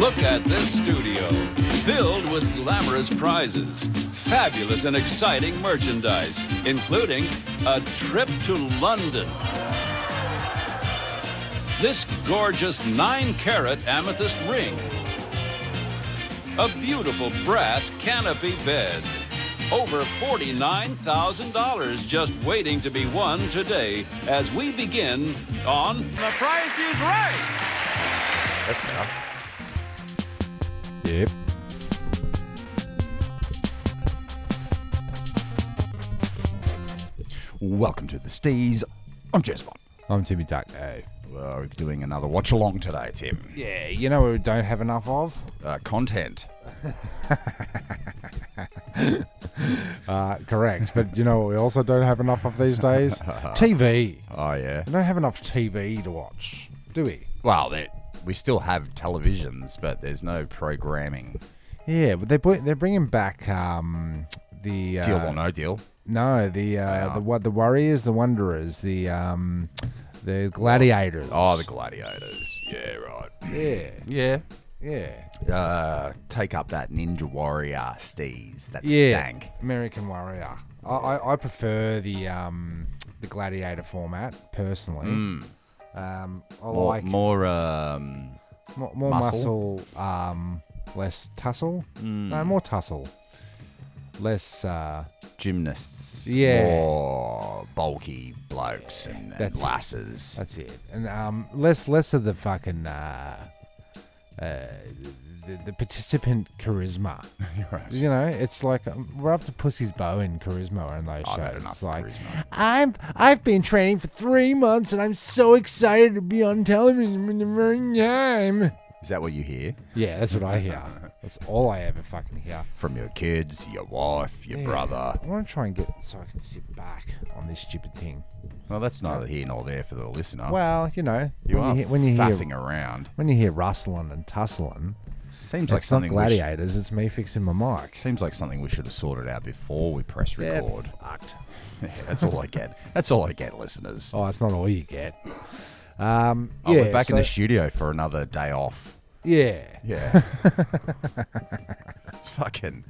Look at this studio, filled with glamorous prizes, fabulous and exciting merchandise, including a trip to London. This gorgeous 9 carat amethyst ring, a beautiful brass canopy bed, over $49,000 just waiting to be won today as we begin on The price is right. That's enough. Yep. Welcome to the Stees. I'm Jespot. I'm Timmy Duck. Hey. We're doing another watch along today, Tim. Yeah, you know what we don't have enough of? Uh, content. Uh, correct. but you know what we also don't have enough of these days? TV. Oh yeah. We don't have enough TV to watch, do we? Well, they, we still have televisions, but there's no programming. Yeah, but they're, br- they're bringing back um, the. Uh, Deal or no deal. No, the, uh, the, what, the Warriors, the Wanderers, the. Um, the gladiators. Oh, the gladiators. Yeah, right. yeah, Yeah. yeah, Uh, take up that ninja warrior, Stees. That's yeah. stank. American Warrior. I, I, I prefer the um, the gladiator format personally. Um, I Mm. More, like more um, More, more Muscle? Mm. muscle, um, less tussle. No, more tussle. Less. Uh, gymnasts. Yeah. More bulky blokes and, and That's it. lasses. that's it, and um, less less of the fucking uh, uh, the, the participant charisma. right. You know, it's like um, we're up to pussy's bow in charisma on those I've shows. had enough it's like charisma. I'm I've been training for three months and I'm so excited to be on television for the first time. Is that what you hear? Yeah, that's what I hear. That's all I ever fucking hear. from your kids, your wife, your Yeah. brother. I want to try and get so I can sit back on this stupid thing. Well, that's neither here nor there for the listener. Well, you Oh. know, you when are you hear, when you faffing hear around. when you hear rustling and tussling, Seems it's like not something we sh- gladiators. It's me fixing my mic. seems like something we should have sorted out before we press Yeah, record. fucked. that's all I get. That's all I get, listeners. Oh, it's not all you get. Um, Oh, yeah, we're back in the so- studio for another day off. yeah. Yeah. it's fucking.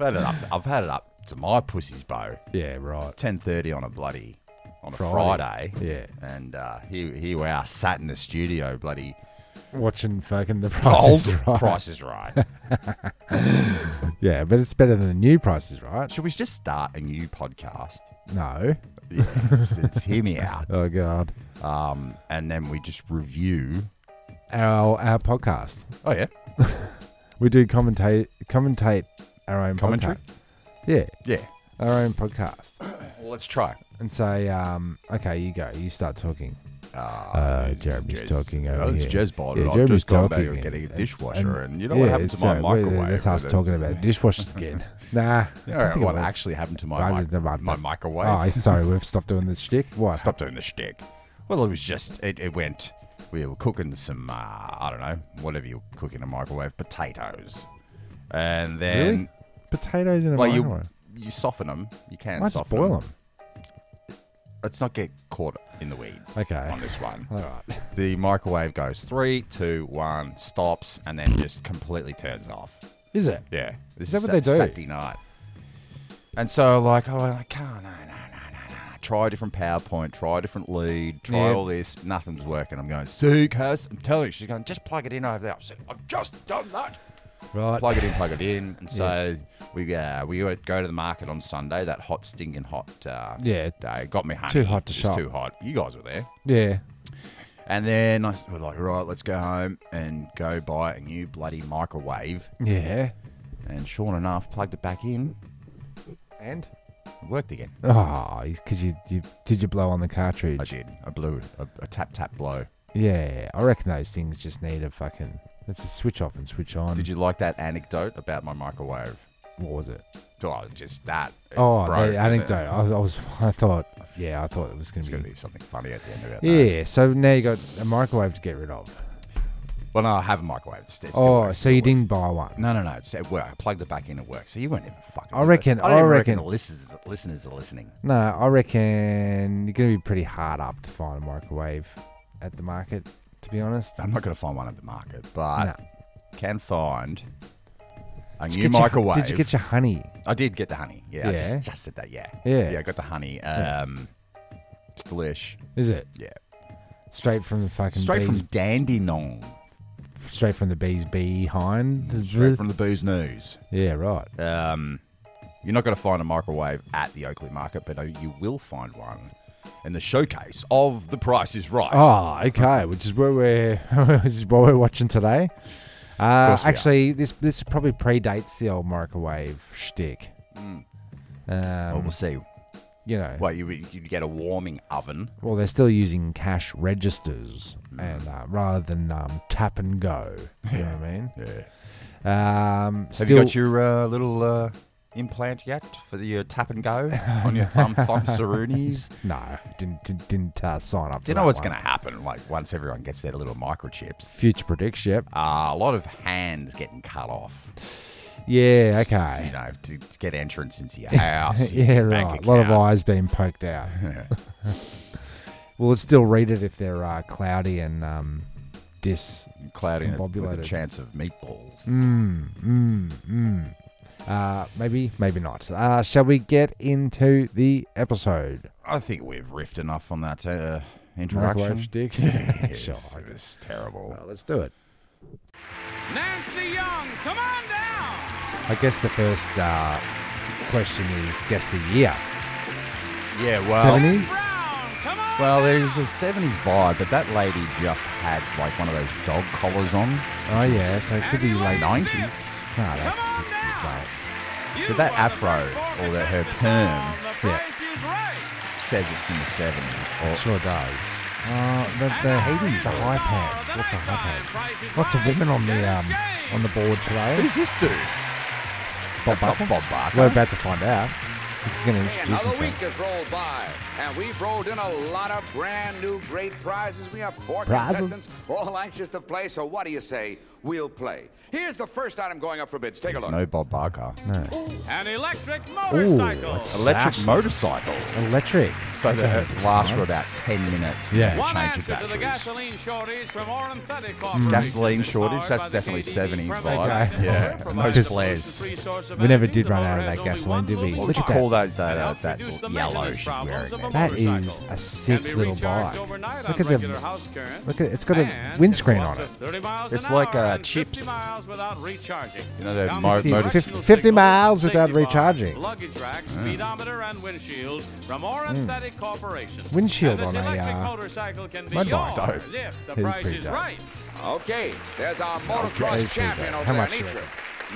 I've had it up. To, I've had it up to my pussy's bow. Yeah. Right. Ten thirty on a bloody on a Friday. Friday. Yeah. And uh, here, here we are, sat in the studio, bloody Watching fucking the old prices. Right. Price is Right. Yeah, but it's better than the new prices, right? Should we just start a new podcast? No. Yeah, it's, it's hear me out. Oh God. Um, and then we just review. Our our podcast. Oh yeah, We do commentate commentate our own Commentary? Podcast. Yeah, yeah. our own podcast. Well, let's try. And say, um, okay, you go. You start talking. Uh, Uh, Jeremy's Jez- talking Oh, over it's here. Jez bought Yeah, it. I've Jeremy's just gone back talking and getting a and- dishwasher, and, you know yeah, what happened to it's, my uh, wait, microwave? That's us And talking it's- about dishwashers again. Nah. All right, what actually happened to my mic- my microwave? Oh, sorry, we've stopped doing this shtick. What? Stop doing the shtick. Well, it was just it, it went. We were cooking some uh, I don't know whatever you cook in a microwave, potatoes, and then Really? Potatoes in a well you microwave. you soften them. You can Why just soften boil them? let's not get caught in the weeds Okay. on this one. All right. The microwave goes three, two, one, stops, and then just completely turns off. Is it? Yeah. This Is that what they Sa- do? Saturday night. And so, like, oh, I can't, no, no, no, no, no. Try a different PowerPoint, try a different lead, try Yeah. all this. Nothing's working. I'm going, Sue, curse. I'm telling you, she's going, just plug it in over there. I said, I've just done that Right. plug it in, plug it in. And so we uh, we would go to the market on Sunday. That hot, stinking hot uh, Yeah. day got me honey. Too hot to It's shop. Too hot. You guys were there. yeah. And then I s- we're like, right, let's go home and go buy a new bloody microwave. Yeah. And sure enough, plugged it back in. And? It worked again. Oh, because you, you did you blow on the cartridge? I did. I blew a, a tap tap blow. Yeah, I reckon those things just need a fucking. Let's just switch off and switch on. Did you like that anecdote about my microwave? What was it? Oh, just that. It Oh, broke, the and anecdote. it- I was, I was. I thought. Yeah, I thought it was gonna It's going to be. be something funny at the end of it. though. Yeah. So now you got a microwave to get rid of. Well, no, I have a microwave. It's, it still Oh, works, so still you works. didn't buy one. No, no, no. It's, it worked. I plugged it back in. It worked. So you weren't even fucking. I with it. reckon- I, don't I even reckon- the listeners, listeners are listening. No, I reckon you're gonna be pretty hard up to find a microwave at the market. To be honest. I'm not going to find one at the market, but No. can find a Did new you get your- microwave. did you get your honey? I did get the honey. Yeah, I Yeah. just, just said that. Yeah, Yeah. yeah. I got the honey. Um, it's delish. Is it Yeah, straight from the fucking straight bees, from Dandenong, straight from the bee's behind? straight from the booze news. yeah, right. Um, you're not going to find a microwave at the Oakley Market, but uh, you will find one in the showcase of The Price Is Right. Oh, okay. Which is where we're which is what we're watching today. Uh, course we are. actually, this this probably predates the old microwave shtick. Mm. Well, Um, we'll see. you know, Well, you you get a warming oven. well, they're still using cash registers Mm. and uh, rather than um, tap and go. You know what I mean? Yeah. Yeah. Um, Have still, you got your uh, little uh, implant yet for the uh, tap and go on your thumb thumb cerunies? no, didn't didn't, didn't uh, sign up. Do for you know that what's one. going to happen? Like once everyone gets their little microchips, future predicts? Yep. uh, a lot of hands getting cut off. Yeah. Okay. You know, to, to get entrance into your house. yeah, your right. bank A lot of account. eyes being poked out. well, it's still read it if they're uh, cloudy and um, dis. clouding it with a Combobulated. Mm. chance of meatballs. Uh, maybe, maybe not. Uh, shall we get into the episode? I think we've riffed enough on that uh, Microwave introduction. stick. Yes, sure. it was terrible. Well, let's do it. Nancy Young, come on down. I guess the first uh, question is guess the year. Yeah, well, Seventies. Brown, come on. well, there's a '70s vibe, but that lady just had like one of those dog collars on. Oh yeah, so it could be Anyone late Nineties. Smith, No, that's Come on sixties, mate. you So that are the afro, first born or to that her touch the perm, ground. The yeah. price is right. Says it's in the '70s. Or, It sure does. Uh, the, the Hades, the high pants. Lots of high pants. Lots of women on the um, on the board today. Who's this dude? Bob That's not Barker? Bob Barker. We're about to find out. This is going to introduce Another week himself. has rolled by, and we've rolled in a lot of brand new great prizes. We have four Prizes? contestants, all anxious to play, so what do you say? We'll play. Here's the first item going up for bids. Take a There's look. no Bob Barker. An electric motorcycle. that's- Electric Sassy. motorcycle. Electric. So This that is it this lasts time. for about 10 minutes. Yeah. to One change your answer to the batteries. gasoline shortage from Oranthatic Corporation. Hmm, Gasoline shortage, Powered that's by the definitely KDP 70s Private vibe. Limited. Yeah, Power and provides those the flares. free source of We never energy. did The run motor out of has that only gasoline, one did we? local Look at part. Call that that, It uh, helps that reduce the yellow maintenance she's problems wearing. of a there. That motorcycle. is a Can sick be little recharged bike. overnight Look on at the- regular house current. look at- it's got a And windscreen it's up on to 30 miles It's an like, hour uh, and 50 chips. miles without recharging. You know, the Down mo- to 50 motor- directional 50 signals, miles without safety bars, recharging. Luggage rack, speedometer, and windshield from Oranthatic Corporation. Windshield And on this a, electric uh, motorcycle can be mud bike, yours though. if the It is price pretty is dope. right. Okay, there's our motocross Okay. champion over How there, much you Nitra.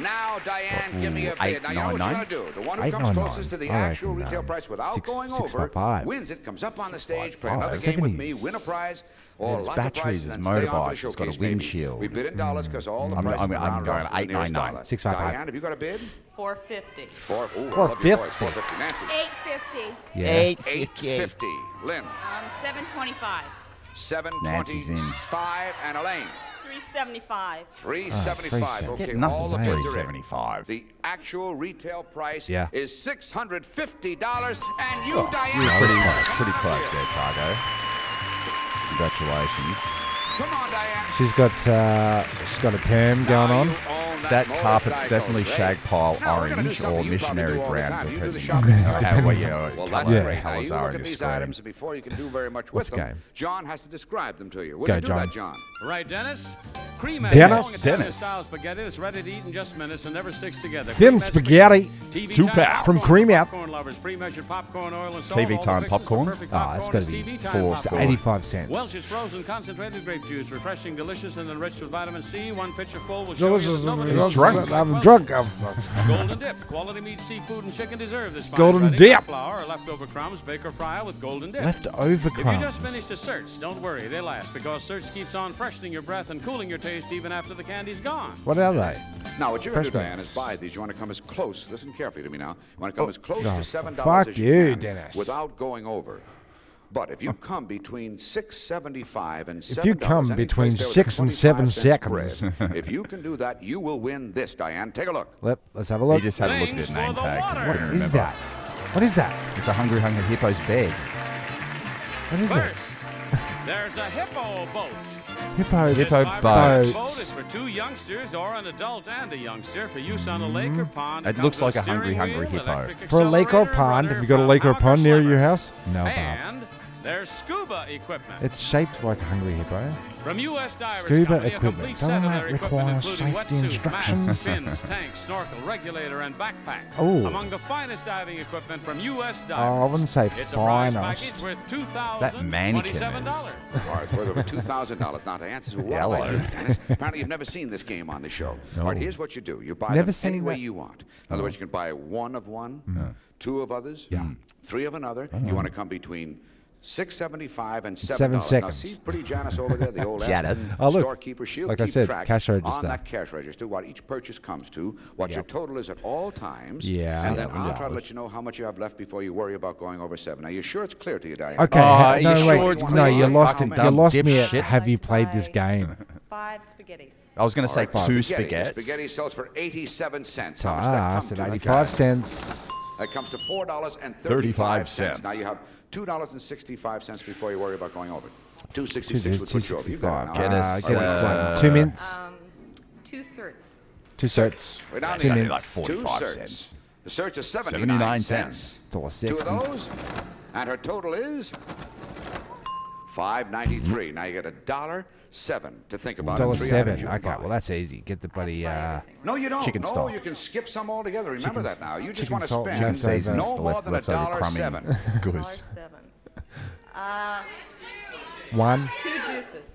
Now, Diane, give me a Ooh, bid. Now, you know what you're 899? going to do. The one who comes 899. closest to the I actual reckon, uh, retail um, price without six- going six over five five. wins it, comes up on the stage, play five another five. game with me, 70s. win a prize, Yeah, or it's lots of batteries, prizes, it's and stay on for the motorbikes, it's got a showcase, baby. windshield. Mm, We bid in dollars because all the I'm- prices I'm- are I'm rounded going off to the nearest 899. dollar. Six five five. Diane, have you got a bid? 450. Four, ooh, I Four love your voice. fifty. 450. Nancy. 850. Yeah. 850. Lynn, Um, 725. 725. And Elaine, 375. Ah, 375. Oh, okay, Get nothing all the for bids are in. 375. The actual retail price Yeah. is $650. And you, Diane, Pretty are close, first pretty close here. there, Targo. Congratulations. Come on, Diane. She's got uh, she's got a perm going Now on. you own That carpet's motorcycle, definitely Ray. shag pile Now, we're gonna do orange something or you probably missionary do all the brown, time. You do the depending shopping. on how- what your Well, colour that's Yeah. great. Now, colours you are look in at your these screen. items and before you can do very much with What's them. game? John has to describe them to you. Will Go, you do John. that, John? Right, Dennis? Cream Dennis? Dennis. Style spaghetti that's ready to eat in just minutes and never sticks together. Thin Cream mashed spaghetti. TV Two time pack. popcorn From for Cream Out. Popcorn lovers, pre-measured popcorn oil and salt. TV all the time fixes for popcorn? perfect Ah, it's popcorn gotta is be TV time four popcorn. dollars. Eighty-five cents. Welch's frozen concentrated grape juice, refreshing, delicious, and enriched with vitamin C. One pitcher full will show This you is- that nobody's I'm drunk. I'm drunk. I'm, Golden dip, quality meat, seafood, and chicken deserve this fine Golden Friday. dip. Flour or leftover crumbs, bake or fry with golden dip. leftover If you just crumbs. finished a search, don't worry, they last because search keeps on freshening your breath and cooling your taste even after the candy's gone. What are they? Now, what you're going to do, Fresh Dan, bakes. is buy these. You want to come as close. Listen carefully to me now. You want to come as close God, to seven dollars Oh, fuck as you, you, can Dennis. Oh. without going over. But if you come between six seventy-five and If seven you come between six and seven if you can do that, you will win this. Diane, take a look. Let, let's have a He look. just had a look at his Thanks for name the tag. 'cause he water. what couldn't is remember. that? What is that? It's a hungry, hungry hippo's bed. What is it? First, there's a hippo boat. Hippo. Hippo This boat. fiberglass boat is for two youngsters or an adult and a youngster for use on a lake or pond. Mm-hmm. It comes looks like with a hungry, steering hungry wheel, hippo. electric For a lake or accelerator, pond, rudder, have you got a lake or power pond near your sliver. house? No, Bob. And there's scuba equipment. It's shaped like a hungry hippo. From U.S. Divers Scuba Company, a equipment. complete Doesn't set of that their require equipment, including safety wetsuit, instructions? Masks, fins, tank, snorkel, regulator, and backpack. Oh. Among the finest diving equipment from U.S. Oh, I Divers. wouldn't say it's a prize finest. package worth two That thousand mannequin is- twenty-seven dollars. All right, worth over two thousand dollars. Now to answer what Hello. about you, Dennis? Apparently, you've never seen this game on the show. All right, here's what you do: you buy Never them seen any way what? you want. In other words, you can buy one of one, two of others, three of another. Oh. You want to come between. Six seventy-five and seven Seven dollars. Now seconds. see, pretty Janice over there, the old ass Janice. Oh, look. storekeeper. She'll Like I keep said, track cash on register. that cash register what each purchase comes to, what your total is at all times, Yeah. and then Yeah, I'll yeah. try to let you know how much you have left before you worry about going over seven. Now, you sure it's clear to you, Diane? Okay, Oh, are no, you wait, sure it's no, clear? you lost it. Fucking You dumb lost me at dipshit. have you played this game? Five spaghettis. I was going to say two spaghetti. Spaghetti sells for 87 cents. How much does that Ah, I come said to, Diane? 85 cents. That comes to four dollars and 35 thirty-five cents. cents. Now you have two dollars and sixty-five cents before you worry about going over. Two sixty-six would put you over. You got it now. Get All us, right, give all us, right. uh, two mints, Two certs. two certs, We're down two Exactly to like mints. Two 45 certs. cents. The search is 79, 79 cents. cents. It's all a Two six. of those, and her total is five ninety-three. Now you get a dollar seven to think about. and Dollar three items seven. you can Okay, buy. well that's easy. Get the bloody. Uh, No, you don't. Chicken no, stock. you can skip some altogether. Chicken Remember that now. You just chicken want to salt, spend chicken Saves saver. no the more left- than a leftover dollar crummy seven. Dollar goose. seven. one. Two juices.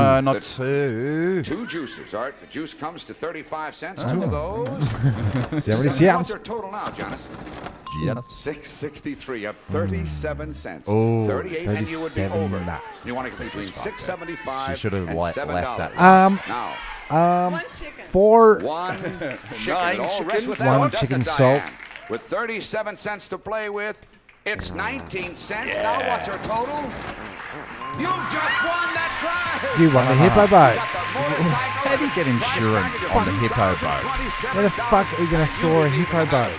Uh, not two. Two juices. All right, the juice comes to thirty-five cents. Two of Oh. those. Seventy So What's cents. your total now, Jonas? Yes. Six sixty-three of thirty-seven cents. Oh, Thirty-eight, and you would be 37 over. nut. You want to get between six She seventy-five should have and li- seven left that. dollars. Um, now One chicken. Four. one chicken. Nine It all chickens. rests with One that doesn't chicken it, salt. Diane? With thirty-seven cents to play with, it's nineteen cents. Now what's your total? You just won that prize. You won the hippo boat. How do you get insurance on the hippo boat? Where the fuck are you gonna store a hippo boat?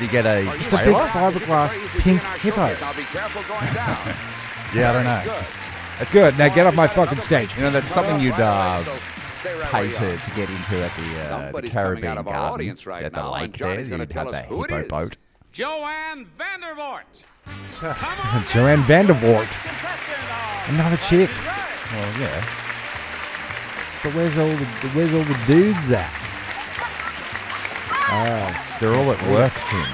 You get a It's a big trailer? fiberglass pink hippo. Now be careful going down. Yeah, I don't know. Good. It's Good. Now get off my fucking stage. You know, that's something you'd uh, So stay right where pay you to, are. to get into at the, uh, the Somebody's coming Caribbean out of our garden audience right at the now, and lake there. Johnny's gonna You'd tell have us that who it hippo is. boat. Joanne Vandervoort. Come on Joanne down. Vandervoort. Contestant on Another chick. Versus Ray. Well, yeah. But where's all the where's all the dudes at? They're all at work, Tim.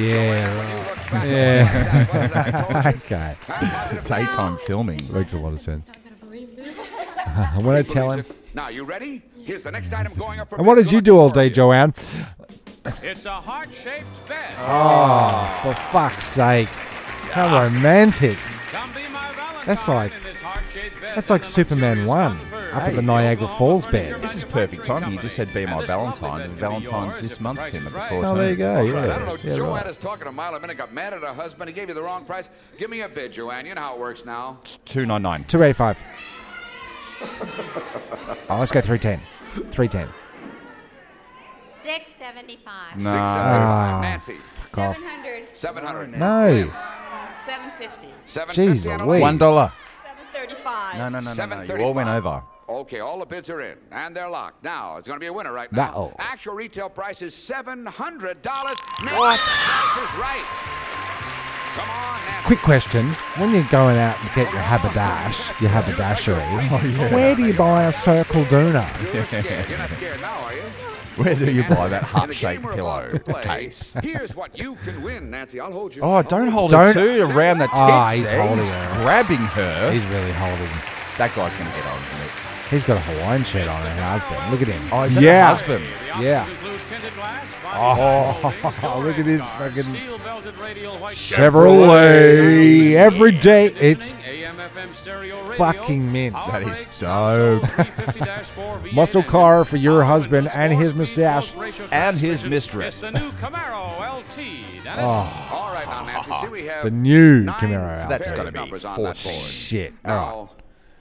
Yeah. Look back, Yeah. what was that? I Okay. told you. Daytime filming. Makes a lot of sense. I want to tell him. Now, you ready? Here's the next item going up for And what bids. did you Good do luck all for day, you. Joanne? It's a heart-shaped bed. For fuck's sake. How romantic. Come be my Valentine That's like- in this heart-shaped bed that's like in the Superman one, luxurious comfort up at of the Niagara Oklahoma Falls Furniture bed. This is perfect timing. You just said be Manufacturing my Company. Valentine's, and And this lovely bed Valentine's can be this yours month, if the Tim, at the price is Forge. right. Oh, there you go. All right, I don't Yeah. know. yeah Joanne right. is talking a mile a minute, got mad at her husband. He gave you the wrong price. Give me a bid, Joanne. You know how it works now. 299. 285. oh, let's go 310. 310. Six seventy-five. Six, Ah. seven, eight, Nancy, Seven hundred. 700. No. Seven fifty. 750 Jeez and Louise. One dollar. Seven thirty-five. No, no, no, no, no. You 735. all went over. Okay, all the bids are in, and they're locked. Now, it's going to be a winner right now. Now. Actual retail price is $700. What? This is right. Come on, Nancy. Quick question. When you're going out and get your haberdash, your haberdashery, Oh, where do you buy a circle doona? You're scared. You're not scared now, are you? Where do you buy that In the game heart-shaped we're about pillow to play, case? Here's what you can win, Nancy. I'll hold you. Oh, don't hold Don't- it too around the tits. Ah, he's eh? holding He's her. grabbing her. He's really holding. that guy's going to get on me. He's got a Hawaiian shirt on, her husband. Look at him. Oh, is that yeah. her husband? The options Yeah. include tinted glass, Oh, body folding, look at his storage guard, fucking- steel-belted radial white Chevrolet. Every day Conditioning, it's AM/FM stereo radio, fucking mint. power That is brakes, console, dope. 350-4 V8 Muscle engine, car for your power husband windows, and his four-speed mustache. close-ratio And his transmission. mistress. Oh. It's the new Camaro LT. Dennis. All right, now, Nancy. See, we have The new nine Camaro So out That's there. got to be numbers on that 14. board. Shit. All right. Now,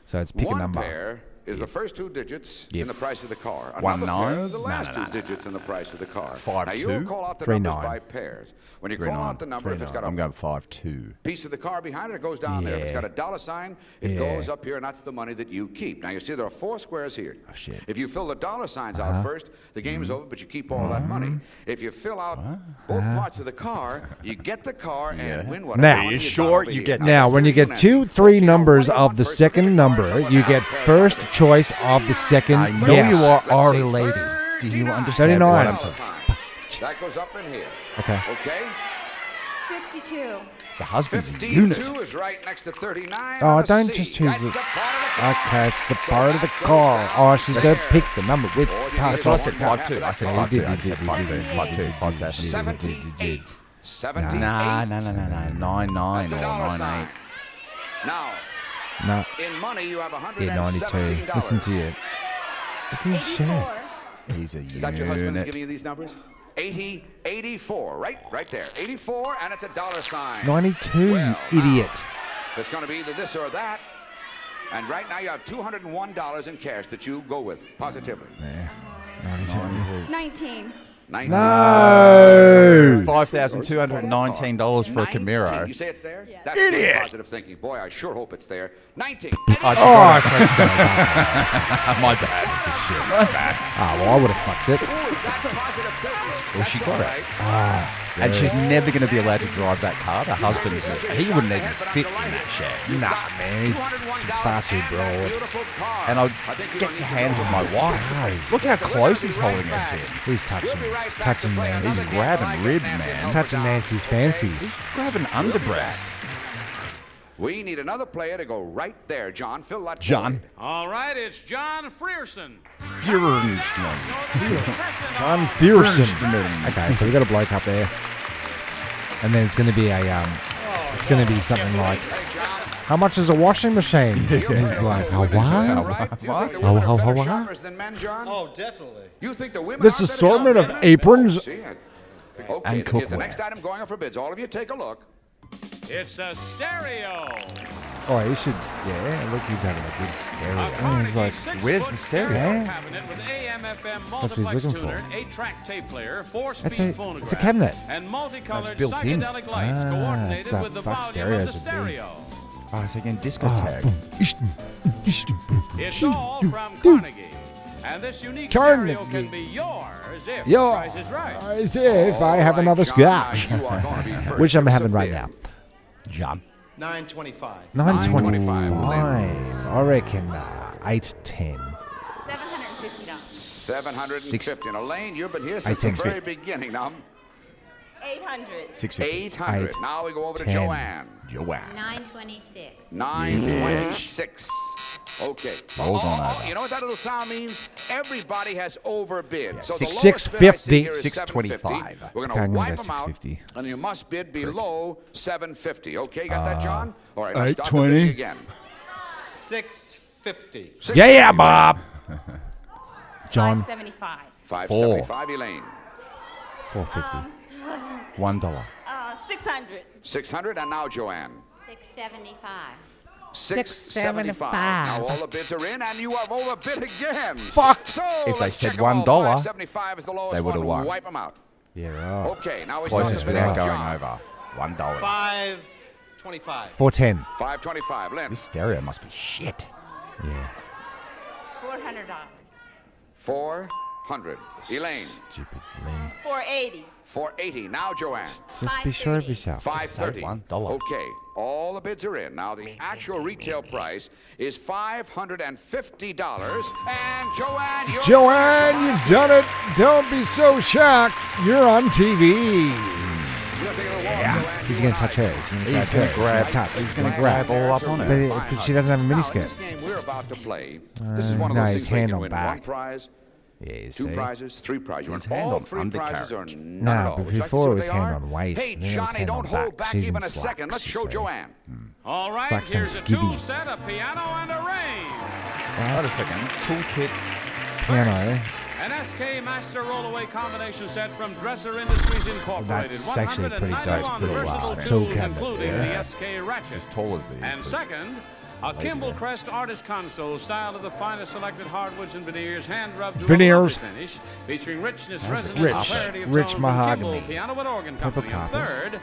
So it's pick a one number. pair is the first two digits Yeah. in the price of the car. One Another nine? pair are the No, last no, no, two no, digits in the price of the car. Five now two? you call out the Three numbers nine. by pairs. When you Three call nine. out the number, if it's got a I'm going five two. piece of the car behind it, it goes down there. If it's Yeah. got a dollar sign, it Yeah. goes up here, and that's the money that you keep. Now you see there are four squares here. Oh, shit. If you fill the dollar signs Uh-huh. out first, the game's Mm-hmm. over, but you keep all that money. If you fill out both parts of the car, you get the car and win whatever. Uh-huh. Now, money you got sure over you here. get- Now, when you get two, three numbers of the second number, you get first choice of the I second know guess. you are Let's our see, lady. Do you 39. understand what 39. I'm Dollar talking? sign. That goes up in here. Okay. Okay. 52. The husband's a 52 unit. is right next to 39. Oh, on a don't C. just choose That's it. the part of the car. Okay, it's the So part of the that goes car. down Oh, she's gonna there. pick the number with Or do you pass. need So I one said half five of two. that I said car? five You two. did, I you said did, five you two. did, Five you two. did, Five you two. did. 78. 78. Nah, nah, nah, nah, nah. Nine nine That's or a dollar nine sign. eight. Now, No, in money, you have $117. yeah, 92. Listen to you. Look at his shirt. 84. He's a Is that your husband who's unit. giving you these numbers? 80, 84, right? Right there. 84, and it's a dollar sign. 92, Well, you now, idiot. It's going to be either this or that. And right now, you have $201 in cash that you go with, positively. 19. 19. No. Five thousand two hundred nineteen dollars for a 19. You Camaro. say it's there? That's good positive thinking. Boy, I sure hope it's there. 19. I Oh, forgot. Oh, My bad. Ah, well, I would have fucked it. that's positive thinking. Well, she got it. right. And she's never going to be allowed to drive that car. The husband's he wouldn't even fit in that shed. Nah, man, he's far too broad. And I'll get the hands of my wife. Look how close he's holding her to. him. He's touching, he's touching Nancy. Nancy's. He's grabbing rib, He's man. touching Nancy's fancy. He's grabbing underbreast. We need another player to go right there, John. Fill that John. void. All right, it's John Frierson. Fearing. Oh, No, that's Frierson. John Pearson. Pearson. Okay, so we got a bloke up there, and then it's going to be a um, it's going to be something like, how much is a washing machine? He's like, oh wow. Right? You think the Oh, women are oh, better oh, oh. shoppers than men, John? Oh, definitely. You think the women This aren't assortment better of shoppers? aprons. See, I- Okay, And here's the cookware. next item going up for bids. All of you take a look. It's a stereo. Oh, you should. Yeah, look, he's having a good stereo. A And he's Carnegie like, six-foot the stereo? cabinet with AM, FM, what he's multiplex looking tuner, for. an eight-track tape player, four-speed That's a- it's a phonograph, cabinet. and multicolored That's built in. psychedelic lights Ah, it's coordinated that with the fuck volume of the stereo stereo. Oh, so again, discotheque. It's all from Carnegie. And this unique stereo can Carnegie. be yours if Yo, the price is right. as if I have All right, another John, now scotch, you are gonna be first. which I'm Give us a having right bid. now. John. 925. Nine 9.25, twenty-five. I reckon uh, eight ten. $750. 750. Now, Lane, you've been here since the think very spe- beginning. Now, 800. Six fifty. 800. Eight, now we go over to ten. Joanne. Joanne. 926. 926. Okay. Rolls on oh, over. You know what that little sound means? Everybody has overbid. So Six- the lowest bid 650. I see here is 625. 750. We're Okay, going I'm to gonna wipe go them out. 650. And you must bid below 750. Okay, got Uh, that, John? All right, let's start the 820. bidding again. 650. Yeah, yeah, Bob. John, 575. 575, Elaine. four fifty. One dollar. Uh, 600. 600, and now Joanne. 675. 675. Now all the bids are in, and you have overbid again. Fuck. So If they let's said check 'em all. $1, 575 is the lowest they would've one. won. Wipe them out. Yeah, right. Okay, now we start the Closest bidding without with going John. over. One dollar. 525. Four ten. 525. Lynn, This stereo must be shit. Yeah. $400. 400. Elaine, Stupid man. 480. 480. Now Joanne, Just be sure of 530. yourself. 530. one dollar. Okay, all the bids are in. Now the actual retail price is $550. And Joanne, you're Joanne, you've done it. Don't be so shocked. You're on TV. Yeah. He's going to touch her. He's going to He's gonna grab her. grab. He's gonna touch. He's gonna grab all up on But it. it- but she doesn't have a Now, in this miniskirt. game we're about to play, this is one of no, those his things where you hand can on win one back. prize, Yeah, you two see? prizes, three prizes. You His won hand all on three prizes or undercarriage. none No, at all. but Would you like to see before what it was they hand are? on waist, Hey, and then it was Johnny, hand don't on hold back. back She's in even a slacks, second. Let's you show see. Mm. Joanne. All right, like some here's a skivvy. tool set, a piano, and a ring. Wait a second. Toolkit. Piano. An SK Master Rollaway combination set from Dresser Industries Incorporated. That's actually pretty dope. 191 Pretty versatile wild. tools, Tool cabinet, including yeah. the SK Ratchet. It's as tall as these. And but- second, A Kimball Crest artist console styled of the finest selected hardwoods and veneers, hand rubbed to Veneers. a lovely finish, featuring richness, resonance, rich, clarity of rich tone from mahogany. Kimball Piano and Organ Purple Company. And copper. third,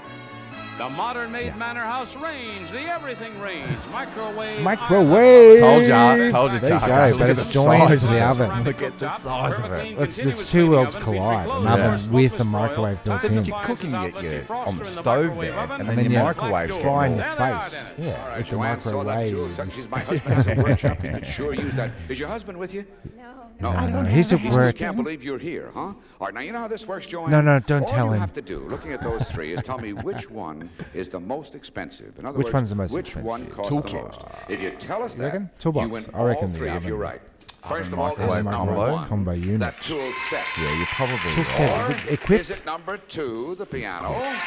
the modern-made Manor House range, the everything range, microwave. Microwave. Told ya, told ya, There you Tucker. go, Look but at it's the joined size to of the it. oven. Look at the size of it. It's- it's two worlds collide, an oven with a microwave built in. You're cooking it you're on the stove there, and then then your your microwave Fly getting in the There they are, face. Dennis. Yeah, with the Joanne saw that jewel microwave. such as my husband has a workshop. He could sure use that. Is your husband with you? No. No, No, no, he's at He just work. can't believe you're here, huh? All right, now you know how this works, Joanne. No, no, don't All tell you him. have to do, looking at those three, is tell me which one is the most expensive. In other Which words, one's the most which one expensive? costs Toolkit. the most? If you tell us reckon? that, Toolbox. you win I reckon all the three if oven. you're right. Oven First of all, is microwave number combo. one Combo unit. that tool set? Yeah, you're probably Tool right. set. Is Or it equipped? Is it number two, the piano?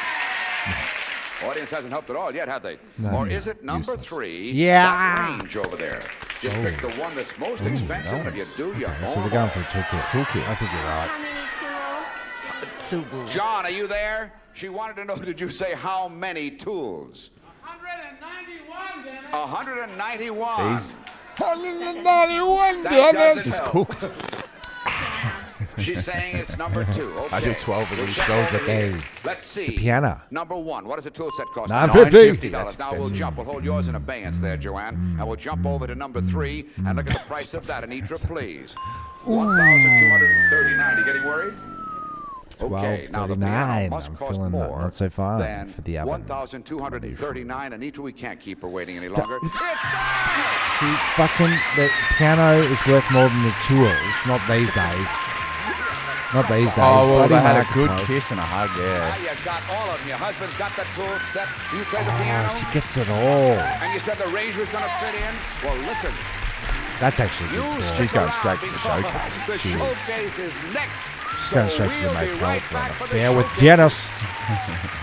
Audience hasn't helped at all yet, have they? or is it number three, Yeah. Oh. that range over there? Just pick the one that's most expensive, and if you nice. do, you Mm, So own they're going for a toolkit. Toolkit. I think you're right. How many tools? John, are you there? She wanted to know, did you say how many tools? 191, Dennis. 191. He's- that doesn't He's help. cooked. She's saying it's number two. Okay. I do 12 of We'll these check shows over a day. here. Let's see. piano. Number one. What does a tool set cost? $9.50. $9.50. That's Now we'll expensive. jump. We'll hold yours in abeyance there, Joanne. And we'll jump over to number three and look at the price of that. Anitra, please. 1239 You getting worried? Okay, now the 1239. piano must I'm cost feeling not- more not so fine than for the oven. 1239 Anitra, we can't keep her waiting any longer. The fucking the piano is worth more than the tools. Not these days. Not these days. Oh, well, Bloody they had a good marketplace. kiss and a hug, yeah. Now you got all of them. Your husband's got the tool set. You play the piano. Oh, she gets it all. And you said the range was going to fit in? Well, listen, That's actually a you good score. stick She's going around straight to the because showcase. The She is. showcase is next. She's so going straight to the we'll be Mayflower right for back an for the affair with showcase. Janice.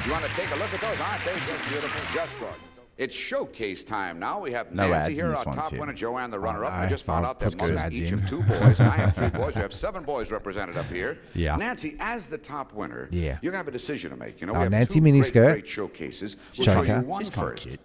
You want to take a look at those? Aren't they just beautiful? Just gorgeous. It's showcase time now. We have No Nancy ads here, in this our one, top Tim. winner, Joanne, the runner-up. I no. just found I'll out that put some mothers ads each in. of two boys, and I have three boys. We have seven boys represented up here. Yeah. Nancy, as the top winner, Yeah. you're gonna have a decision to make. You know, Oh, we have Nancy two great, miniskirt. great showcases. We'll show you Choker. one She's kinda first. cute.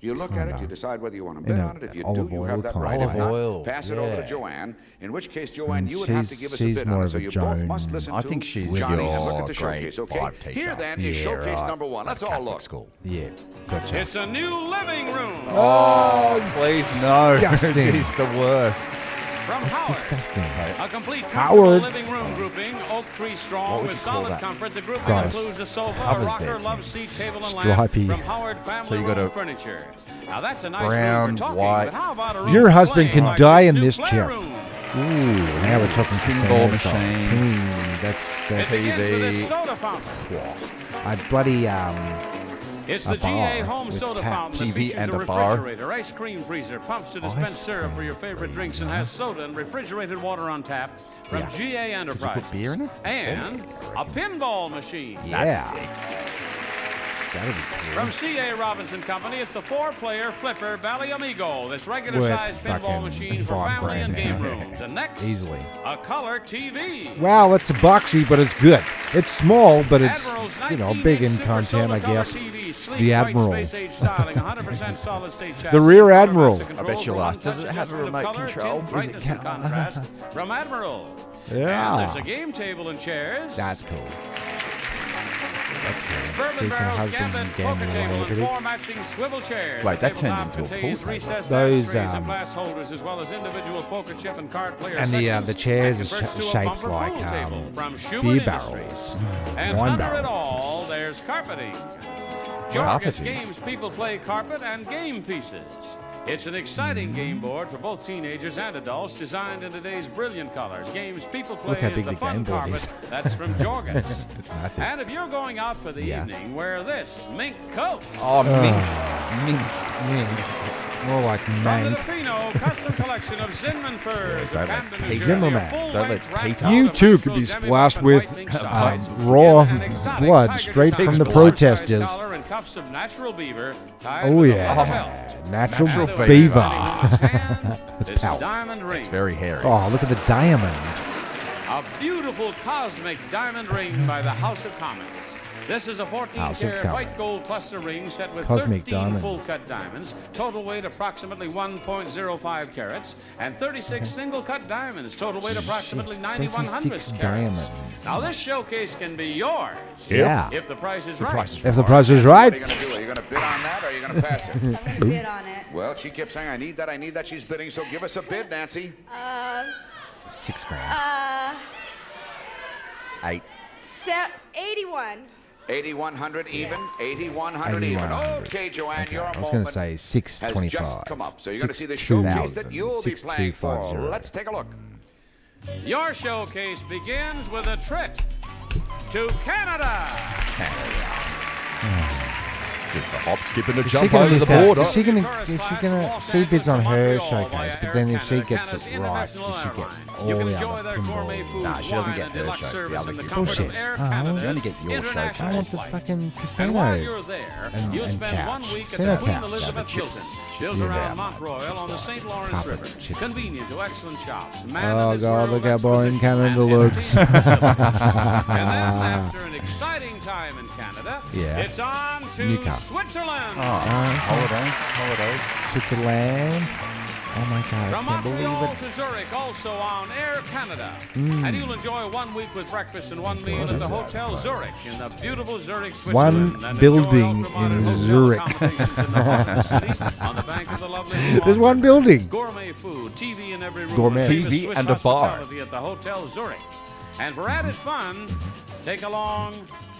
You look at it, you decide whether you want to bet a on it. If you do, olive you oil have that kind of right. If Olive not, oil, pass it over to yeah. Joanne. In which case, Joanne, you would have to she's- give us a she's bit on more it. of So a you both Joan. must listen I to think she's Johnny and look your at the grade showcase. Okay. five Here teacher. then is Yeah, showcase right. number one. Let's all Catholic look. school. Yeah. Gotcha. It's a new living room. Oh, Please, no. Disgusting. It's the worst. from That's Howard. disgusting. A complete Howard. comfortable living room grouping, oak tree strong would with you call solid that? comfort. The grouping Gross. includes a sofa, Covers a rocker, that, love Tim. seat, table, and Stripey. lamp from Howard Family So you Room got a Furniture. Now that's a nice brown, room for talking, white- but how about a room Your for husband playing can like die in new this chair. playroom? Ooh, now we're talking Pinball casino style. machine. Mm, That's It that's. begins with a TV. soda fountain. I bloody um. It's A the GA bar home with soda tap, fountain that TV features and a a bar. refrigerator, ice cream freezer, pumps to dispense syrup for your favorite drinks, and has soda and refrigerated water on tap from Yeah. GA Enterprises. beer in it? And a pinball machine. Yeah. That'd be cool. From C.A. Robinson Company, it's the four-player flipper Valley Amigo. This Worth regular-sized pinball fucking machine for five family and grand. game rooms. And next, Easily. a color TV. Wow, it's boxy, but it's good. It's small, but it's Admiral's you know 19 big in Super content, Solar I Color guess. TV, sleek, The bright Admiral. space-age styling, 100% solid state The chassis, Rear automatic Admiral. controls I bet you for laugh. one-touch Does it have a adjustment of remote color, tint, control? Is it brightness and ca- contrast from Admiral. Yeah. And there's a game table and chairs. That's cool. That's cool. So Bourbon you can barrels, husband gambit, and poker gamble table, away and everything. four matching swivel chairs. Wait, that The tabletop turns into a contains pool table. recessed Those, dice trays um, and glass holders, as well as individual poker chip and card player And the, uh, sections the chairs that are converts sh- to a shaped bumper pool like, table um, from Schumann Beer Industries. barrels, And wine under it barrels. all, there's carpeting. Jargus Carpeting. games people play carpet and game pieces. It's an exciting game board for both teenagers and adults, designed in today's brilliant colors. Games people play Look how is big the, the fun game board carpet is. that's from Jorgens. It's massive. And if you're going out for the Yeah. evening, wear this mink coat Oh, mink. Mink. Yeah. More like from the mank. Delfino Custom Collection of Zinman Furs Yeah, don't let of Camden, New Peter- Jersey. Zimmerman. A full Don't length let rack Peter- out You of too could natural be demi-black splashed and with white mink socks, uh, skin raw and an exotic blood tiger straight design from the oversized protesters. collar and cuffs of natural beaver tied Oh with a leather yeah, belt. natural, And the Natural beaver. wearing in his hand It's this pelt. diamond ring. Very hairy. Oh, look at the diamond. A beautiful cosmic diamond ring by the House of Commons. This is a 14 House of karat Commons. white gold cluster ring set with Cosmic 13 diamonds. full cut diamonds, total weight approximately 1.05 carats, and 36 single cut diamonds, total weight approximately 91 hundredths 36 carats. diamonds. Now, this showcase can be yours Yeah. if the price is The right. price is If the right. price is What are right, you going to do? Are you going to bid on that or are you going to pass it? Somebody bid on it. Well, she kept saying, I need that, I need that. She's bidding, so give us a bid, Nancy. six grand. Eight. Se- 81. 8,100 even. 8,100 even. 8,100. Okay, Joanne, Okay, your I was moment gonna say 625. Has just come up, so you're going to see the 6,000, showcase that you'll be playing for. 6,250. Let's take a look. Your showcase begins with a trip to Canada. Just a hop, skip, and a Is she jump gonna over the miss out? border. Is she gonna? Is Tourist she class from gonna? Los She bids Angeles on to her Montreal showcase, via but then if she Air Canada, gets Canada's it right, international does she get airline. all You can the enjoy other their gourmet pinball? foods, Nah, she doesn't wine, get and her deluxe show- the service other in the people. comfort of Bullshit. Oh, Air I Canada's only get your international showcase. I want the flights. fucking And while casino you're there, and- you'll and spend one couch. week at Casino the Queen couch. Yeah, Elizabeth the Hilton, chips. built Yeah, around man. Mont Royal on the St. Lawrence Carpet River. chips. Convenient to excellent shops. Man Oh, of his God, world look how boring exposition Canada and looks. entertainment facilities. and then after an exciting time in Canada, Yeah. it's on to Newcastle. Oh, Switzerland. Ah, Holidays, holidays. Switzerland. Oh my god, I From can't believe Montreal it. Hmm. to Zurich, also on Air Canada. And you'll enjoy one week with breakfast and one meal What at is the it? Hotel Zurich in the beautiful Zurich, One Switzerland. and enjoy building ultra-modern in hotel Zurich. accommodations in the heart of the city, on the bank of the lovely Loire. There's one building. Gourmet food, TV in every room. Gourmet. and famous TV Swiss and a bar. hospitality at the Hotel Zurich. And for added fun, take along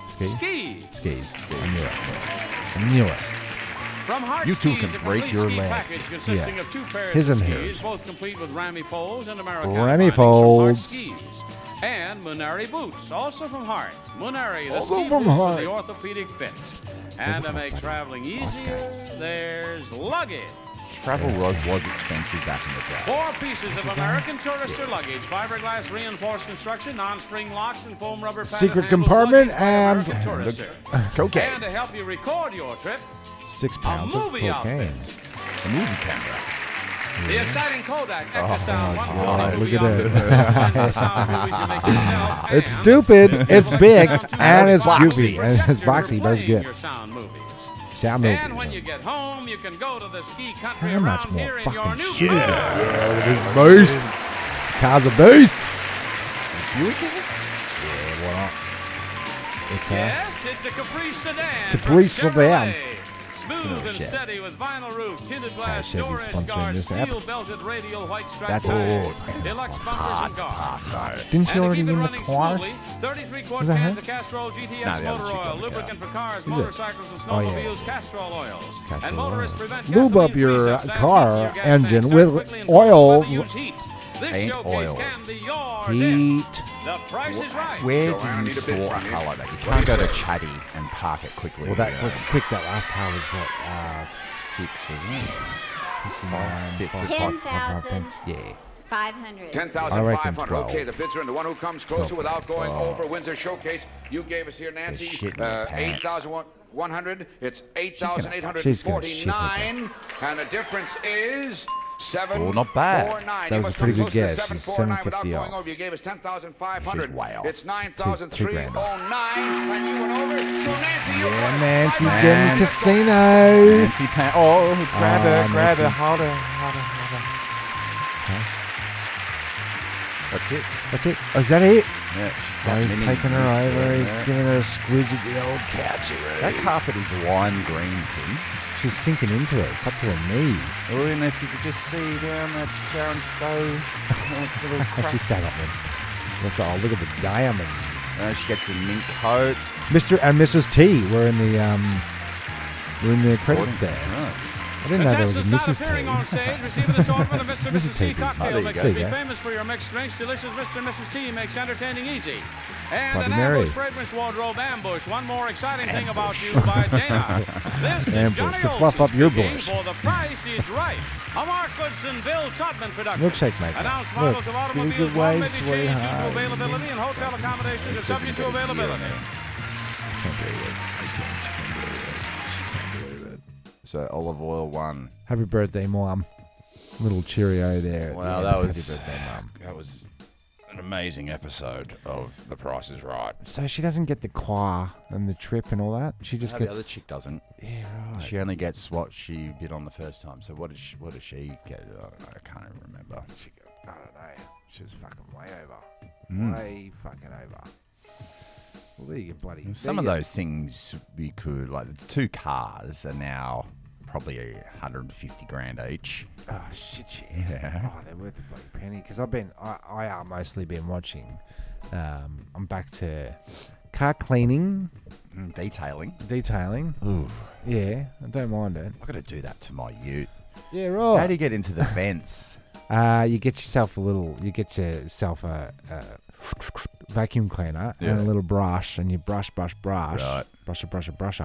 Ski? skis. Skis. I knew it. I knew it. From Hart You two Skis, can a break complete your ski leg. package consisting Yeah. of two pairs His of and skis, hers. both complete with Ramy poles and American Ramy bindings from Hart poles. Skis. And Munari boots, also from Hart. Munari, the Also ski from boot with Hart. the orthopedic fit. And to make traveling easier, Oscars. there's luggage. Travel was, was expensive back in the day. Four pieces of American Tourister luggage, fiberglass reinforced construction, non-spring locks, and foam rubber padded Secret handles compartment luggage by and- American Tourister. Cocaine. And to help you record your trip, Six a pounds of movie outfit. cocaine. A movie camera. The exciting Kodak Exosound Oh, God, 140 look movie at option that. combines the sound movies you make yourself It's and stupid, the it's Kodak big, Sound 200 and it's box goofy, and it's projector boxy, but it's playing good. your sound movies. Sound And movies, when huh? you get home, you can go to the ski country How much around more here in your fucking new shit is car. that? Beast. Car's a beast. Buick is it? It's uh, a Yes, it's a Capri sedan. Capri from sedan. Chevrolet. Smooth and shit. steady with vinyl roof, tinted glass, Chevy sponsoring storage guards, this app. steel belted radial white stripe That's tires, old. deluxe bumpers Oh. and guards. Didn't she And to already keep it win the running car? smoothly, 33 quart Is that cans her? of Castrol GTX Nah, the other motor chick oil, on the lubricant for cars, it? motorcycles, and Oh, yeah. snowmobiles, Castrol oils. Castrol and motorists oils. prevent Lube up gasoline your, freeze-ups, uh, that car keeps your gas engine tank with stuck quickly and flushes while oils. you use heat. This Ain't showcase oils. can be yours if Heat. the price is right. Where Joanna, I do you need a bid store a from you. car like that? You can't go to Chatty and park it quickly. Well, that you well, know. quick. That last car was what? Uh, six, isn't it? nine, fifty, five, Ten five, five thousand. pence. Yeah. 500. I 10,500. reckon Okay, 12. the bids are in. The one who comes closer without going over wins a showcase. You gave us here, Nancy. shit in her Uh, pants. 8,100. It's she's gonna shit 8,849. And the difference is. Seven, Oh, not bad. four, nine. That You was a must pretty come good close to guess. She's 749 without 750 going off. over. You gave us 10,500. She's wild. It's Two- two grand 9,309. off. And you went over. So, Nancy, you're Yeah, going Nancy's Bye-bye. getting Nancy. casino. Nancy Pan. Oh, grab Ah, her, grab Nancy. her, hold her, hold her, hold her. That's it. That's it. Oh, is that it? Yeah, she's Oh, got he's many taking her moves over. there, He's yeah. giving her a squidge at the old couch. That carpet is lime green, Tim. She's sinking into it. It's up to her knees. Or even if you could just see down that Sharon Stowe. little And crack. she sat on him. That's all. Look at the diamond. Uh, she gets a mink coat. Mr. and Mrs. T were in the um, were in the credits Wouldn't- there. Right. I didn't know there was a Contestants not Mrs. appearing on T. stage receive an assortment of Mr. and Mrs. Mrs. T T. Oh, there cocktail you mix. go. Be There you go. famous for your mixed drinks. Delicious Mr. and Mrs. T makes entertaining easy. And Bloody an Mary. ambush fragrance wardrobe ambush. One more exciting thing about you by Dana. This is Ambush, Johnny to fluff Olson up your speaking bush. For the price is right. A Mark Goodson, Bill Todman production. Milkshake maker. Announced Look, models of automobiles. Eagle One may be Waves, changed way due high. to availability and hotel accommodations are subject to availability. So olive oil one. Happy birthday, Mom. Little cheerio there. at the Wow, end. that was- Happy birthday, Mom. That was an amazing episode of The Price is Right. So she doesn't get the car and the trip and all that. She just No, gets. the other chick doesn't. Yeah, right. She only gets what she bid on the first time. So what did she, what did she get? I don't know. I can't even remember. She go, I don't know. She was fucking way over. Hmm. Way fucking over. Well, there you go, bloody. Some of there you those things we could like the two cars are now probably 150 grand each. go. Oh, shit, yeah. Oh, they're worth a bloody penny. Because I've been, I, I are mostly been watching. Um, I'm back to car cleaning, Mm, Detailing. detailing. Ooh, Yeah, I don't mind it. I got to do that to my Ute. Yeah, How right. do you get into the fence? Uh, you get yourself a little. You get yourself a, a vacuum cleaner and Yeah. a little brush, and you brush, brush, brush, Right. brush, brush, brush,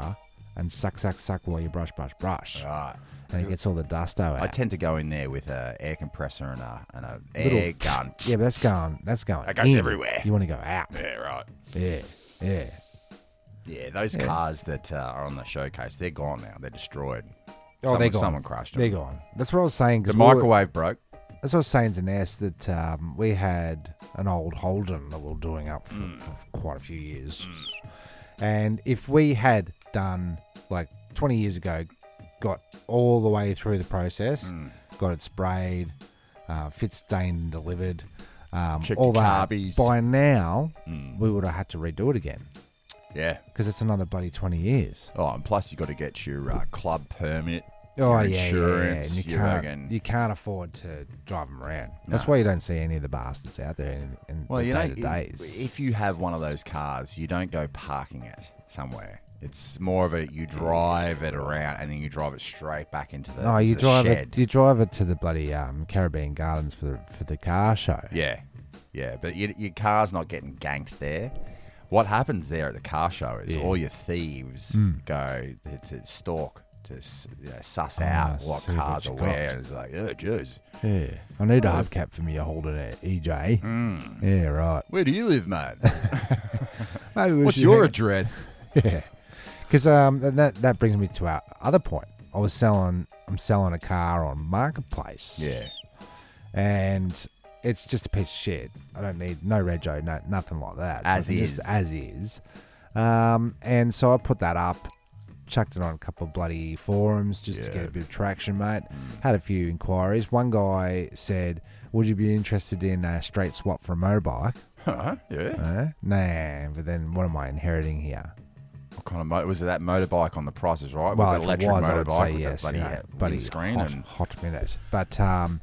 and suck, suck, suck while you brush, brush, brush, Right. and it gets all the dust out. I tend to go in there with a air compressor and a and a Little- air gun. Yeah, but that's going. That's going. That goes in. everywhere. You want to go out? Yeah, right. Yeah, yeah. Yeah, those cars that uh, are on the showcase, they're gone now. They're destroyed. Oh, they're Someone- gone. Someone crashed them. They're gone. That's what I was saying. 'cause The we were- microwave broke. That's what I was saying to Ness that um, we had an old Holden that we were doing up for, for quite a few years. And if we had done, like 20 years ago, got all the way through the process, got it sprayed, uh, fit stained and delivered, um, Checked all the that, carbies. by now, we would have had to redo it again Yeah. because it's another bloody 20 years. Oh, and plus you got to get your uh, club permit. Oh your yeah, yeah, insurance, yeah. And you your can't, fucking- you can't afford to drive them around. That's No. why you don't see any of the bastards out there in, in Well, the you day know, to days. if you have one of those cars, you don't go parking it somewhere. It's more of a you drive it around and then you drive it straight back into the, no, Oh, to you the drive shed. it. You drive it to the bloody um, Caribbean Gardens for the for the car show. Yeah, yeah, but your, your car's not getting ganked there. What happens there at the car show is all your thieves Hmm. go to, to stalk to s- you know, suss out Ah, see what what cars you are got. where. And it's like, oh, jeez, Yeah. I need a hubcap from your Holden uh, EJ. Hmm. Yeah, right. where do you live, mate? Maybe we What's should your hang- address? Yeah. Because um, th- that that brings me to our other point. I was selling. I'm selling a car on marketplace. Yeah, and it's just a piece of shit. I don't need no rego, no nothing like that. As it's just is. as is. Um, and so I put that up, chucked it on a couple of bloody forums just to get a bit of traction, mate. Had a few inquiries. One guy said, "Would you be interested in a straight swap for a motorbike?" huh? Yeah. Uh, nah, but then what am I inheriting here? What kind of motor was it? That motorbike on the Price is Right? Well, with if the it electric was, I would motorbike say with yes, the bloody, you know, uh, bloody windscreen hot, and hot minute. But um,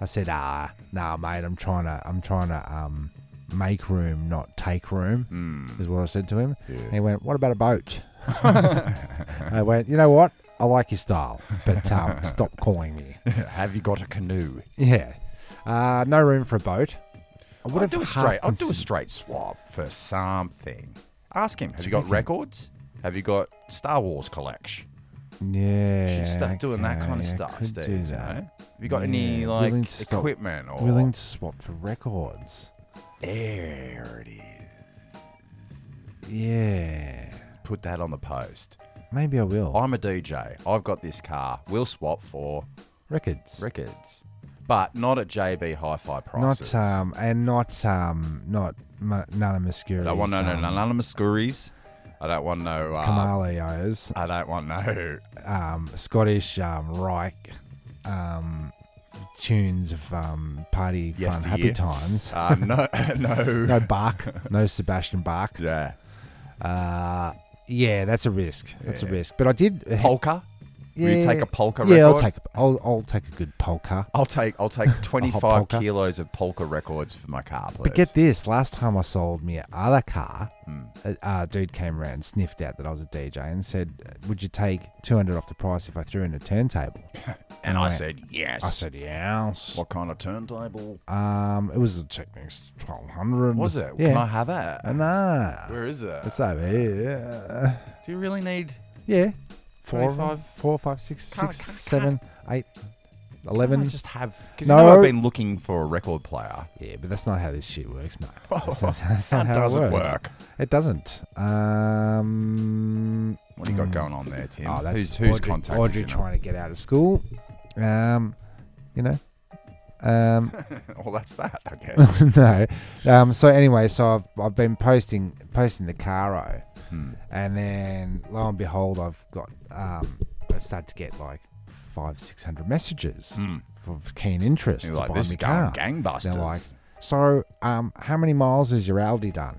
I said, ah, nah, mate, I'm trying to, I'm trying to um, make room, not take room, Hmm. is what I said to him. And he went, what about a boat? I went, you know what? I like your style, but um, stop calling me. have you got a canoe? Yeah, uh, no room for a boat. I would I'll have do a half straight. I'll do a considered- straight swap for something. Ask him. Have you got records? Have you got Star Wars collection? Yeah, Should start doing that okay, kind of I stuff. could Steve, do you that. know? Have you got any Yeah, like willing to stop- equipment or? Willing to swap for records. there it is. Yeah. Put that on the post. Maybe I will. I'm a DJ. I've got this car. We'll swap for records. records, but not at JB Hi-Fi prices. Not um and not um not ma- none of Muscuri's. I don't want no no um, no none of Muscuri's. I don't want no. Uh, Camalios, I don't want no. um, Scottish um, Reich um, tunes of um, party fun, happy Yesteryear. times. Uh, no no. no Bach, no Sebastian Bach. Yeah. Uh, yeah, that's a risk. That's a risk. But I did. uh, polka. yeah, Will you take a polka Yeah, I'll record? take. a- I'll, I'll take a good polka. I'll take I'll take polka. 25 kilos of polka records for my car, please. But get this, last time I sold me other car, Hmm. a, a dude came around, sniffed out that I was a DJ, and said, "Would you take two hundred off the price if I threw in a turntable?" and I Right. said yes. I said, "Yes." what kind of turntable Um, it was a Technics twelve hundred. was it? Yeah. Can I have it? I know. Where is it? It's over here. Do you really need? Yeah. Four, of 'em. 25. four, five, six, Can't- six, can't- seven, eight, Can I eleven. just have. Because you know No. I've been looking for a record player. Yeah, but that's not how this shit works, mate. That's not, that's not That how doesn't it works. work. It doesn't. Um, What do you got going on there, Tim? Oh, that's who's who's Audrey, contacted Audrey you now? trying to get out of school. Um, you know, Um, Well, that's that, I guess. no. Um, so anyway, so I've, I've been posting posting the caro, Hmm. and then lo and behold, I've got um, I started to get like five six hundred messages for keen interest. Hmm. You're to like, buy "This is me going car. gangbusters. They're like, so um, how many miles has your Aldi done?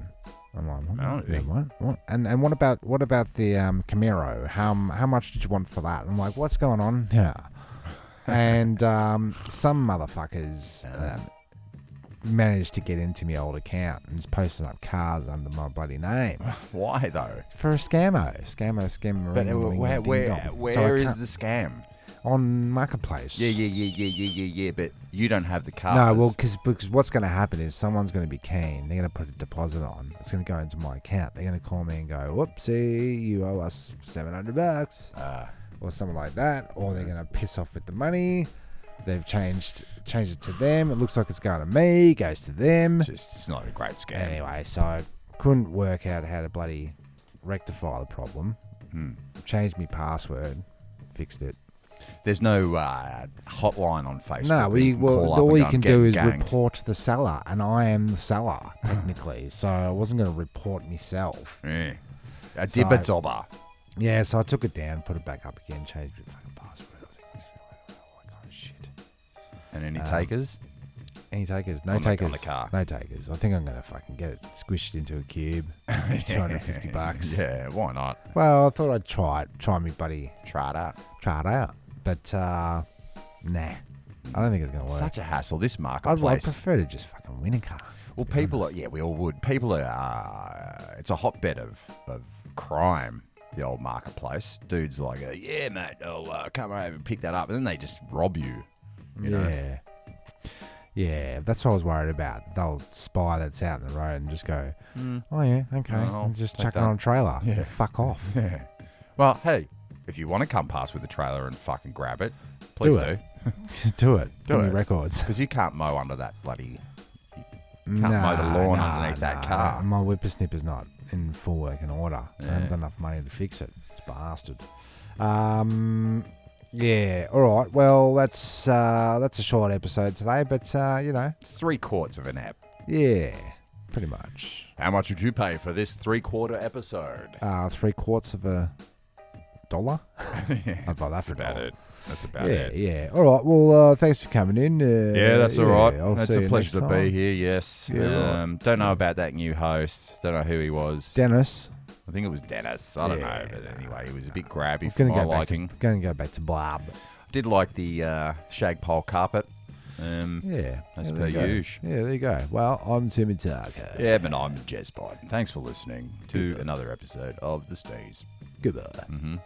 I'm like, what? Oh, Yeah, yeah. what? What? And and what about what about the um, Camaro? How m- how much did you want for that? And I'm like, what's going on here? and um, some motherfuckers um, managed to get into my old account and is posting up cars under my bloody name Why though? for a scammer, scammer, scammer. But uh, ring-a-ling-a, where, where, ding-dong. So I where is can't- the scam? on marketplace? Yeah, yeah, yeah, yeah, yeah, yeah, yeah. But you don't have the cars. No, well, cause, because what's going to happen is someone's going to be keen. They're going to put a deposit on. It's going to go into my account. They're going to call me and go, "Whoopsie, you owe us seven hundred bucks," or something like that. Or they're going to piss off with the money. They've changed changed it to them. It looks like it's going to me. It Goes to them. it's, just, it's not a great scam. Anyway, so I couldn't work out how to bloody rectify the problem. Changed my password. Fixed it. There's no uh, hotline on Facebook. where No, well, you, can well, call up and all go, you "I'm can getting do is ganked." report the seller, and I am the seller technically, so I wasn't going to report myself. Yeah. A dibber So- dobber. Yeah, so I took it down, put it back up again, changed my fucking password. I think all that "Oh, kind of shit. And uh, any takers? Any takers? No On the- on takers. the car. No takers. I think I'm going to fucking get it squished into a cube, two hundred fifty bucks. Yeah, why not? Well, I thought I'd try it, try me buddy, Try it out. try it out, but uh, nah, I don't think it's going to work. Such a hassle, this I'd, I'd marketplace. prefer to just fucking win a car. well, people are, yeah, we all would. People are, uh, it's a hotbed of, of crime, the old marketplace. Dudes like, uh, yeah, mate, I'll uh, come over and pick that up. And then they just rob you. you know? Yeah. Yeah, that's what I was worried about. They'll spy that's out in the road and just go, oh, yeah, okay. No, Mm. I'll and just take chuck it that." on a trailer. Yeah. Fuck off. Yeah. Well, hey, if you want to come past with a trailer and fucking grab it, please do. it. Do it. Do Give me it. records. Because you can't mow under that bloody. You can't mow the lawn underneath that car. My whippersnipper's not in full working order. I haven't got enough money to fix it. It's bastard. Um, yeah, all right. Well, that's uh, that's a short episode today, but, uh, you know, It's three quarts of an app. yeah, pretty much. How much would you pay for this three quarter episode? Uh, three quarts of a dollar. I'd buy that That's for a about dollar. it. That's about Yeah, it. yeah. All right. Well, uh, thanks for coming in. Uh, Yeah, that's all right. I'll That's see a you pleasure to next be time. here. Yes. Yeah, right. um, Don't know about that new host. Don't know who he was. Dennis. I think it was Dennis. I don't Yeah, know. But anyway, he was a bit grabby for Gonna my go back liking. to gonna go back to Blob. Did like the uh, shag pole carpet. Um, Yeah, That's yeah, there you per go. usual. Yeah, there you go. Well, I'm Timmy Tarko. yeah, but I'm Jez Biden. Thanks for listening to another episode of The Stays. Goodbye.